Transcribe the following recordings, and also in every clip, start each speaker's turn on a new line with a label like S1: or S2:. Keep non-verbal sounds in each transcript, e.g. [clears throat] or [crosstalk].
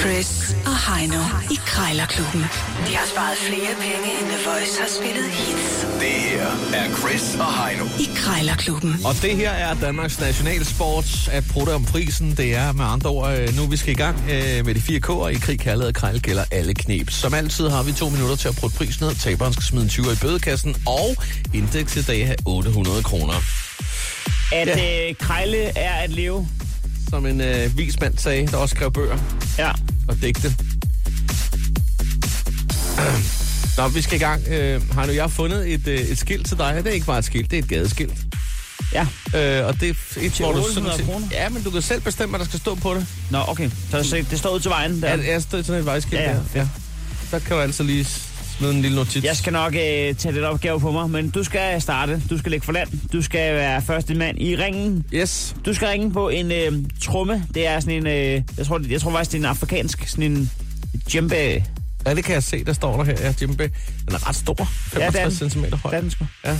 S1: Chris og Heino i Krejlerklubben. De har sparet flere penge, end The Voice har spillet hits
S2: Det her er Chris og Heino.
S1: i Krejlerklubben.
S3: Og det her er Danmarks nationalsport at prutte om prisen. Det er med andre ord, øh, nu vi skal i gang øh, med de fire K'er. I krig, kærlighed og krejl gælder alle knep. Som altid har vi to minutter til at prutte prisen ned. Taberen skal smide en 20 i bødekassen, og indeks i dag er 800 kroner.
S4: At
S3: Ja.
S4: ja. øh, krejle er at leve.
S3: Som en øh, vismand sagde, der også skrev bøger
S4: Ja.
S3: og digte. Nå, vi skal i gang. Øh, Heino, jeg har fundet et, øh, et skilt til dig. Det er ikke bare et skilt, det er et gadeskilt.
S4: Ja.
S3: Øh, og det er et,
S4: Til
S3: hvor du
S4: 800
S3: sådan set-
S4: kroner?
S3: Ja, men du kan selv bestemme, hvad der skal stå på det.
S4: Nå, okay. Så, så det står ud til vejen der.
S3: Ja, ja støt sådan et vejskilt ja,
S4: Ja, ja.
S3: ja. ja. Der kan du altså lige smide en lille notits.
S4: Jeg skal nok øh, tage lidt opgave på mig, men du skal starte. Du skal lægge for land. Du skal være første mand i ringen.
S3: Yes.
S4: Du skal ringe på en øh, tromme. Det er sådan en... Øh, jeg, tror, det, jeg tror faktisk, det er en afrikansk sådan en djembe
S3: Ja, det kan jeg se, der står der her. Ja, Jimbe. Den er ret stor. 65 ja, cm høj.
S4: dansk.
S3: Ja.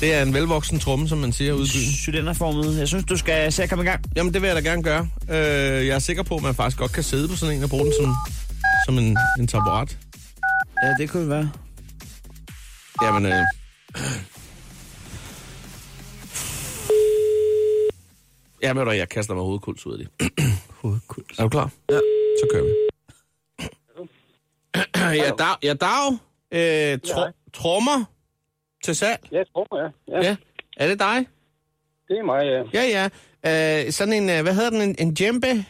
S3: Det er en velvoksen tromme, som man siger ude i byen.
S4: Cylinderformet. Jeg synes, du skal se at komme i gang.
S3: Jamen, det vil jeg da gerne gøre. Øh, jeg er sikker på, at man faktisk godt kan sidde på sådan en og bruge den som, som en, en taburet.
S4: Ja, det kunne det være.
S3: Jamen, øh... Jamen, ved du hvad, jeg kaster mig hovedkuls ud af det. [clears throat] hovedkuls? Er du klar? Ja. Så kører vi. [clears throat] ja, dag. Ja, dag. Øh, tro, trommer til salg.
S5: Ja, tror jeg. Ja,
S3: Ja. Er det dig?
S5: det er mig, ja.
S3: Ja, ja. Øh, sådan en, øh, hvad hedder den? En, en djembe?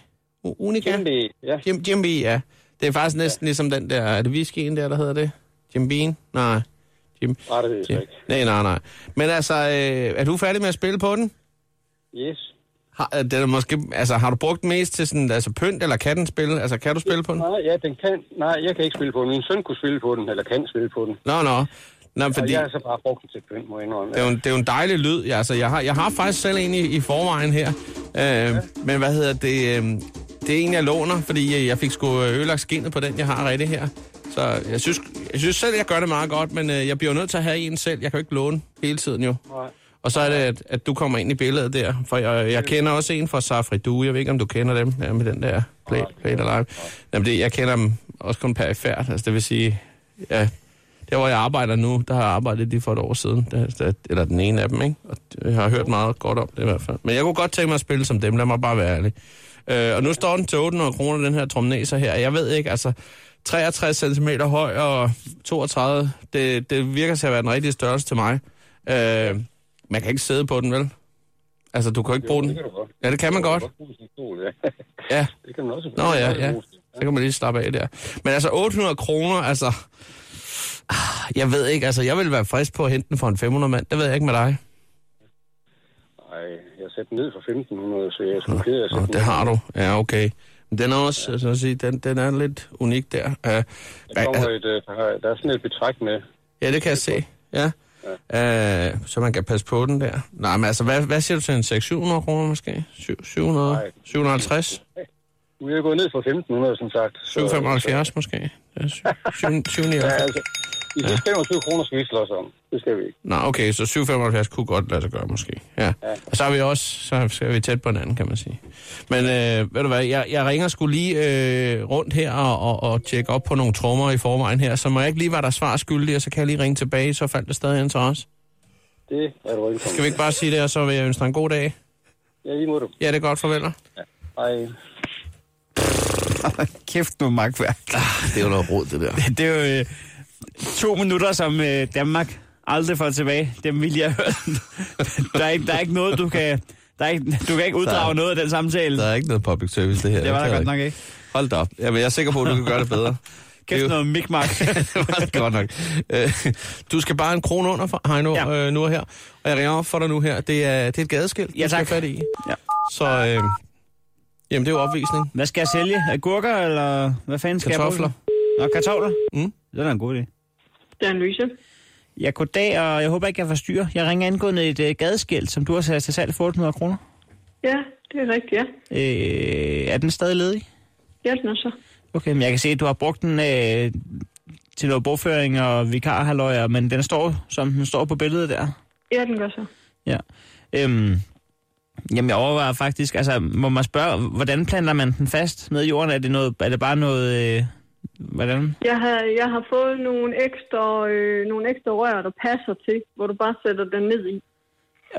S3: U- Unica?
S5: Kæmpe, ja.
S3: Djem, djembe, ja. Det er faktisk næsten ligesom den der, er det whiskyen der, der hedder det? Djembeen? Nej. Djem,
S5: Nej, det ved jeg så
S3: Ja.
S5: ikke.
S3: Nej, nej, nej. Men altså, øh, er du færdig med at spille på den?
S5: Yes.
S3: Har, øh, den er måske, altså, har du brugt den mest til sådan, altså, pynt, eller kan den spille? Altså, kan du spille på den?
S5: Nej, ja, den kan. Nej, jeg kan ikke spille på den. Min søn kunne spille på den, eller kan spille på den.
S3: Nå, nå. Nå,
S5: Fordi... Og
S3: fordi
S5: jeg har så bare brugt den til pynt, må jeg indrømme.
S3: det er, jo en, det er jo en dejlig lyd. Ja, altså, jeg, har, jeg har faktisk selv en i, i forvejen her. Øh, Men hvad hedder det? Øh, det er en, jeg låner, fordi øh, jeg fik sgu øh, ødelagt skinnet på den, jeg har rigtig her. Så jeg synes, jeg synes selv, jeg gør det meget godt, men øh, jeg bliver jo nødt til at have en selv. Jeg kan jo ikke låne hele tiden jo.
S5: Nej.
S3: Og så er det, at, at du kommer ind i billedet der. For jeg, jeg kender også en fra Safri Du. Jeg ved ikke, om du kender dem. Ja, med den der play, play the Live. Jamen, det, jeg kender dem også kun perifært. Altså, det vil sige, ja, der hvor jeg arbejder nu, der har jeg arbejdet lige for et år siden. Der, der, eller den ene af dem, ikke? Og jeg har hørt meget godt om det i hvert fald. Men jeg kunne godt tænke mig at spille som dem. Lad mig bare være ærlig. Øh, og nu står den til 800 kroner, den her tromnæser her. Jeg ved ikke, altså 63 cm høj og 32. Det, det virker til at være den rigtige størrelse til mig. Øh, man kan ikke sidde på den, vel? Altså, du kan jo ikke bruge
S5: det
S3: den.
S5: kan du godt.
S3: Ja, det kan man
S5: Du
S3: godt.
S5: godt bruge sin stol, ja. [laughs]
S3: Ja.
S5: det kan man også
S3: Nå ja, ja. Så kan man lige slappe af der. Men altså, 800 kroner, altså... ah, Jeg ved ikke, altså, jeg vil være frisk på at hente den for en 500 mand. Det ved jeg ikke med dig.
S5: Nej, jeg satte den ned for 1500, så jeg skulle kede af at
S3: Nå,
S5: sætte
S3: det har du. Ja, okay. Men den er også, altså, at sige, den, den er lidt unik der. Uh,
S5: Der, kommer et, øh, der, har- der er sådan et betræk med.
S3: ja, det kan jeg se. Ja. Uh, så man kan passe på den der. Nej, men altså, hvad, hvad siger du til en 600 kroner måske? Syv- 700?
S5: Nej.
S3: 750?
S5: Nu er jeg gået ned fra 1500, som sagt. Så-
S3: 775 måske? Ja, syv- syv-
S5: Ja,
S3: 799?
S5: altså, de sidste 25 kroner skal vi slås om. Det skal vi ikke.
S3: Nå, okay, så 775 kunne godt lade sig gøre, måske. Ja. Og så er vi også så så er vi tæt på hinanden, kan man sige. Men øh, ved du hvad, jeg, jeg ringer skulle lige øh, rundt her og, og, og tjekke op på nogle trommer i forvejen her, så må jeg ikke lige være der svar skyldig, og så kan jeg lige ringe tilbage, så faldt det stadig interesse.
S5: Det er du velkommen.
S3: Skal vi ikke bare sige det, og så vil jeg ønske dig en god dag?
S5: Ja, lige mod du.
S3: Ja, det er godt, farvel. Det
S5: Hej.
S4: Kæft nu, magtværk.
S3: er jo noget råd, Ah, det der.
S4: [laughs] Det er jo øh, to minutter, som øh, Danmark aldrig får tilbage. Dem vil jeg høre. [laughs] Der er ikke, der er ikke noget, du kan... Der er ikke, du kan ikke uddrage
S3: Der-
S4: noget af den samtale.
S3: Der er ikke noget public service, det her.
S4: Det var
S3: kan
S4: der
S3: jeg
S4: godt
S3: ikke.
S4: nok ikke.
S3: Hold da op. Jamen, jeg er sikker på, at du kan gøre det bedre. Det er
S4: [laughs] Kæft
S3: jo-
S4: noget
S3: [laughs]
S4: mikmak.
S3: det var det godt nok. Øh, Du skal bare en krone under for Heino
S4: Ja.
S3: ja. øh, nu og her. Og jeg ringer op for dig nu her. Det er, det er et gadeskilt,
S4: Ja,
S3: du skal
S4: tak.
S3: have fat i.
S4: Ja.
S3: Så øh, jamen, det er jo opvisning.
S4: Hvad skal jeg sælge? Agurker, eller hvad fanden skal
S3: Kartofler.
S4: jeg bruge? Nå, kartofler?
S3: Mm.
S4: Det er da en god idé.
S6: Det er en lyse.
S4: Ja, goddag, og jeg håber ikke, jeg forstyrrer. Jeg ringer angående et øh, gadeskilt, som du har sat til salg for 800 kroner.
S6: Ja, det er rigtigt, ja.
S4: Øh, er den stadig ledig?
S6: Ja, den er så.
S4: Okay, men jeg kan se, at du har brugt den øh, til noget bogføring og vikarhaløjer, men den står, som den står på billedet der.
S6: Ja, den gør så.
S4: Ja. Øhm, Jamen, jeg overvejer faktisk, altså, må man spørge, hvordan planter man den fast ned i jorden? Er det, noget, er det bare noget, øh, hvordan?
S6: Jeg har, jeg har fået nogle ekstra, øh, nogle ekstra rør, der passer til, hvor du bare sætter den ned i.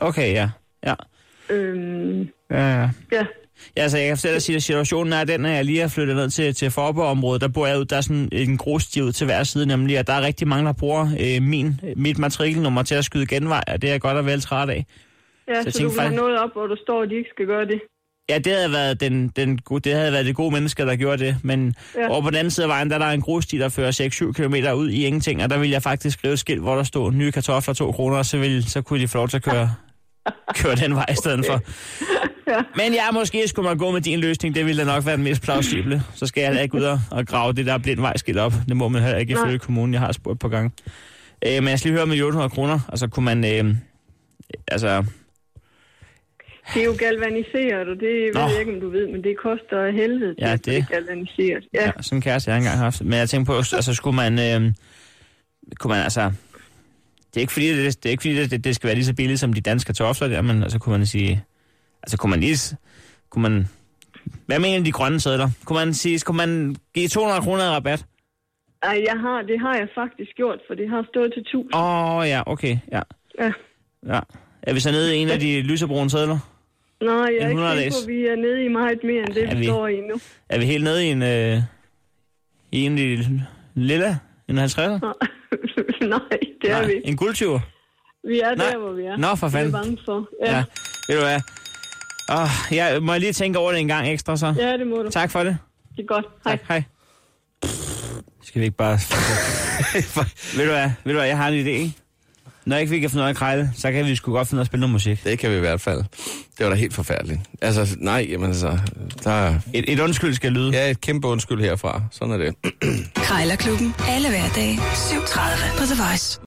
S4: Okay, ja. Ja,
S6: Øhm,
S4: ja, ja.
S6: ja,
S4: Ja, altså, jeg kan fortælle dig, at situationen er den, at jeg lige har flyttet ned til, til Forborg-området. Der bor jeg ud, der er sådan en grussti ud til hver side, nemlig, og der er rigtig mange, der bruger øh, min, mit matrikelnummer til at skyde genvej, og det er jeg godt og vel træt af.
S6: ja
S4: Så
S6: så,
S4: jeg
S6: så
S4: tænkte
S6: du vil have
S4: faktisk-
S6: noget op, hvor der står, at de ikke skal gøre det.
S4: Ja, det havde været, den, den, go- det havde været det gode menneske, der gjorde det, men ja.
S6: Ja.
S4: over på den anden side af vejen, der er der en grussti, der fører 6-7 km ud i ingenting, og der ville jeg faktisk skrive et skilt, hvor der stod nye kartofler 2 kroner, og så, ville, så kunne de få lov til at
S6: [laughs]
S4: køre, køre den vej i stedet for. Men ja, måske skulle man gå med din løsning, det ville da nok være den mest plausible. Så skal jeg heller ikke ud og- og grave det der blindvejskilt op. Det må man heller ikke
S6: Nej.
S4: ifølge kommunen, jeg har spurgt på gang. Øh, men jeg skal lige høre med 800 kroner, og så kunne man... Øh, altså,
S6: Det er jo galvaniseret, og det ved
S4: Nå.
S6: jeg ikke, om du ved, men det koster af helvede til,
S4: Ja,
S6: at
S4: det-
S6: er galvaniseret. Ja,
S4: Ja,
S6: ja.
S4: sådan en kæreste jeg har engang haft. Men jeg tænkte på, altså skulle man, øh, kunne man altså... Det er ikke fordi, det, det, er ikke fordi det, det, skal være lige så billigt som de danske kartofler der, men altså kunne man sige... Altså kunne man lige... s- Kunne man... Hvad med en af de grønne sædler? Kunne man sige, skulle man give 200 kroner i rabat?
S6: Ej, jeg har, det har jeg faktisk gjort, for det har stået til 1000.
S4: Åh, oh, ja, okay, ja,
S6: Ja.
S4: ja. Er vi så nede i en af de lysebrune sædler?
S6: Nej, jeg
S4: En
S6: er ikke
S4: 100
S6: sikker på,
S4: dags.
S6: at vi er nede i meget mere end det,
S4: Er
S6: vi
S4: vi?
S6: står i nu. [laughs]
S4: Er vi helt nede i en... Øh, I en lille, lilla? En 50'er?
S6: Nej, det er vi. ikke.
S4: En guldtyver?
S6: Vi er
S4: Nej.
S6: der, hvor vi er.
S4: Nå, for
S6: Det er
S4: fanden.
S6: jeg bange for.
S4: Ja.
S6: Ja.
S4: ja. Ved du hvad? Oh, jeg må jeg lige tænke over det en gang ekstra så. Ja.
S6: ja, det må du.
S4: Tak for det.
S6: Det er godt. Hej.
S4: Hej. Skal vi ikke bare... [laughs] ved, du hvad? ved du hvad, jeg har en idé, ikke? Når ikke vi kan finde noget af krejle, så kan vi sgu godt finde noget at spille noget musik.
S3: Det kan vi i hvert fald. Det var da helt forfærdeligt. Altså, nej, jamen altså, der er
S4: Et, et undskyld skal lyde.
S3: ja, et kæmpe undskyld herfra. Sådan er det.
S1: Krejlerklubben. Alle hverdage. 7.30 på The Voice.